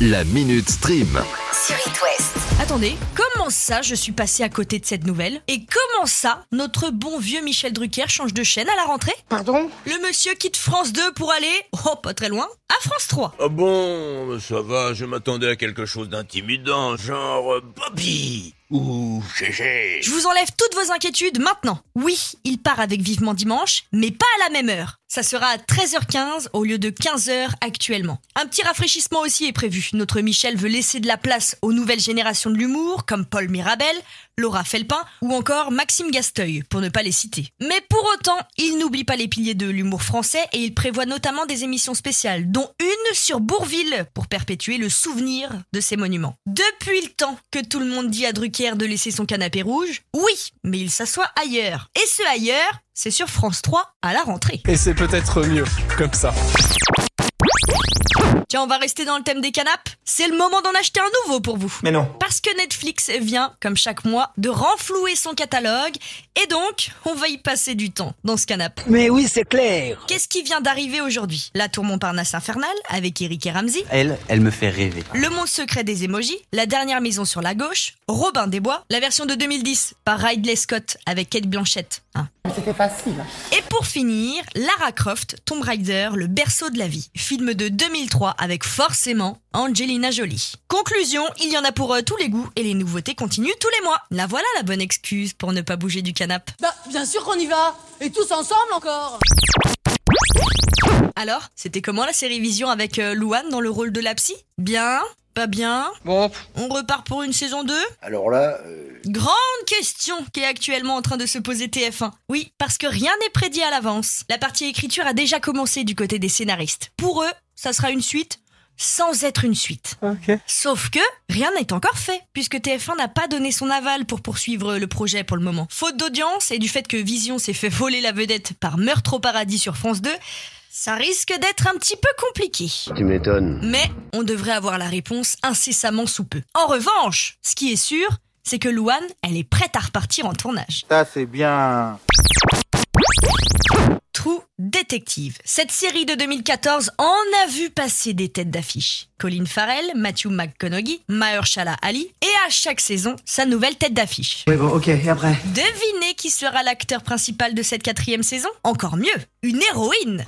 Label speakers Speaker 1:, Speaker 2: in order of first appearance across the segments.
Speaker 1: La Minute Stream.
Speaker 2: sur It West.
Speaker 3: Attendez, comment ça je suis passée à côté de cette nouvelle Et comment ça notre bon vieux Michel Drucker change de chaîne à la rentrée
Speaker 4: Pardon
Speaker 3: Le monsieur quitte France 2 pour aller, oh pas très loin, à France 3.
Speaker 5: Ah bon, ça va, je m'attendais à quelque chose d'intimidant, genre euh, Bobby ou Gégé.
Speaker 3: Je vous enlève toutes vos inquiétudes maintenant. Oui, il part avec Vivement Dimanche, mais pas à la même heure. Ça sera à 13h15 au lieu de 15h actuellement. Un petit rafraîchissement aussi est prévu. Notre Michel veut laisser de la place aux nouvelles générations de l'humour, comme Paul Mirabel, Laura Felpin ou encore Maxime Gasteuil, pour ne pas les citer. Mais pour autant, il n'oublie pas les piliers de l'humour français et il prévoit notamment des émissions spéciales, dont une sur Bourville, pour perpétuer le souvenir de ces monuments. Depuis le temps que tout le monde dit à Drucker de laisser son canapé rouge, oui, mais il s'assoit ailleurs. Et ce ailleurs, c'est sur France 3 à la rentrée.
Speaker 6: Et c'est peut-être mieux comme ça.
Speaker 3: Tiens, on va rester dans le thème des canapes. C'est le moment d'en acheter un nouveau pour vous.
Speaker 7: Mais non.
Speaker 3: Parce que Netflix vient, comme chaque mois, de renflouer son catalogue. Et donc, on va y passer du temps dans ce canapé.
Speaker 8: Mais oui, c'est clair.
Speaker 3: Qu'est-ce qui vient d'arriver aujourd'hui La tour Montparnasse infernale avec Eric et Ramsey,
Speaker 7: Elle, elle me fait rêver.
Speaker 3: Le monde secret des émojis, La dernière maison sur la gauche, Robin des Bois, la version de 2010 par Ridley Scott avec Kate Blanchett. Hein.
Speaker 4: C'était facile.
Speaker 3: Et pour finir, Lara Croft, Tomb Raider, le berceau de la vie, film de 2003 avec forcément Angelina Jolie. Conclusion, il y en a pour euh, tous les goûts et les nouveautés continuent tous les mois. La voilà la bonne excuse pour ne pas bouger du canapé.
Speaker 9: Bah, bien sûr qu'on y va Et tous ensemble encore
Speaker 3: Alors, c'était comment la série Vision avec euh, Louane dans le rôle de la psy Bien Pas bien
Speaker 6: Bon,
Speaker 3: On repart pour une saison 2
Speaker 10: Alors là, euh,
Speaker 3: Grande question qui est actuellement en train de se poser TF1. Oui, parce que rien n'est prédit à l'avance. La partie écriture a déjà commencé du côté des scénaristes. Pour eux, ça sera une suite sans être une suite.
Speaker 6: ok.
Speaker 3: Sauf que rien n'est encore fait, puisque TF1 n'a pas donné son aval pour poursuivre euh, le projet pour le moment. Faute d'audience et du fait que Vision s'est fait voler la vedette par Meurtre au paradis sur France 2, ça risque d'être un petit peu compliqué.
Speaker 10: tu m'étonnes.
Speaker 3: Mais on devrait avoir la réponse incessamment sous peu. En revanche, ce qui est sûr, c'est que Louane, elle est prête à repartir en tournage.
Speaker 8: Ça, c'est bien.
Speaker 3: Trou Détective. Cette série de 2014 en a vu passer des têtes d'affiche. Colin Farrell, Matthew McConaughey, Mahershala Ali, et à chaque saison, sa nouvelle tête d'affiche.
Speaker 8: Oui, bon, ok, et après
Speaker 3: Devinez qui sera l'acteur principal de cette quatrième saison Encore mieux, une héroïne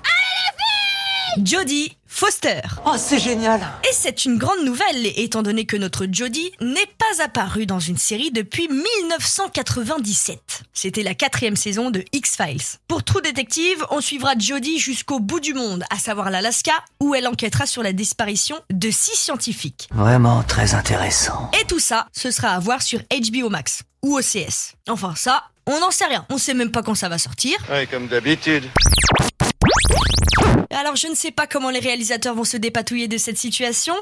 Speaker 3: Jodie Foster.
Speaker 8: Oh, c'est génial.
Speaker 3: Et c'est une grande nouvelle, étant donné que notre Jodie n'est pas apparue dans une série depuis 1997. C'était la quatrième saison de X-Files. Pour True Detective, on suivra Jodie jusqu'au bout du monde, à savoir l'Alaska, où elle enquêtera sur la disparition de six scientifiques.
Speaker 7: Vraiment très intéressant.
Speaker 3: Et tout ça, ce sera à voir sur HBO Max ou OCS. Enfin ça, on n'en sait rien, on sait même pas quand ça va sortir.
Speaker 8: Oui, comme d'habitude.
Speaker 3: Alors je ne sais pas comment les réalisateurs vont se dépatouiller de cette situation,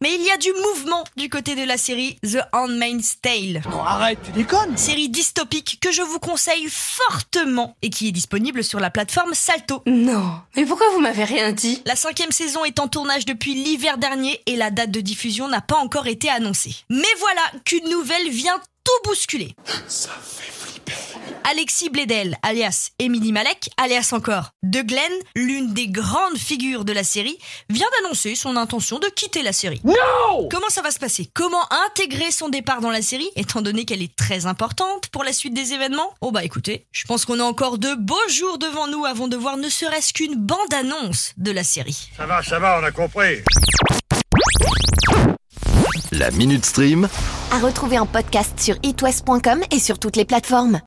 Speaker 3: mais il y a du mouvement du côté de la série The Handmaid's Tale.
Speaker 8: Non, arrête, tu déconnes.
Speaker 3: Série dystopique que je vous conseille fortement et qui est disponible sur la plateforme Salto.
Speaker 9: Non, mais pourquoi vous m'avez rien dit
Speaker 3: La cinquième saison est en tournage depuis l'hiver dernier et la date de diffusion n'a pas encore été annoncée. Mais voilà qu'une nouvelle vient tout bousculer. Ça fait flipper. Alexis Bledel, alias Émilie Malek, alias encore De Glenn, l'une des grandes figures de la série, vient d'annoncer son intention de quitter la série. Comment ça va se passer Comment intégrer son départ dans la série, étant donné qu'elle est très importante pour la suite des événements Oh bah écoutez, je pense qu'on a encore de beaux jours devant nous avant de voir ne serait-ce qu'une bande-annonce de la série.
Speaker 5: Ça va, ça va, on a compris.
Speaker 1: La Minute Stream.
Speaker 2: À retrouver en podcast sur itwest.com et sur toutes les plateformes.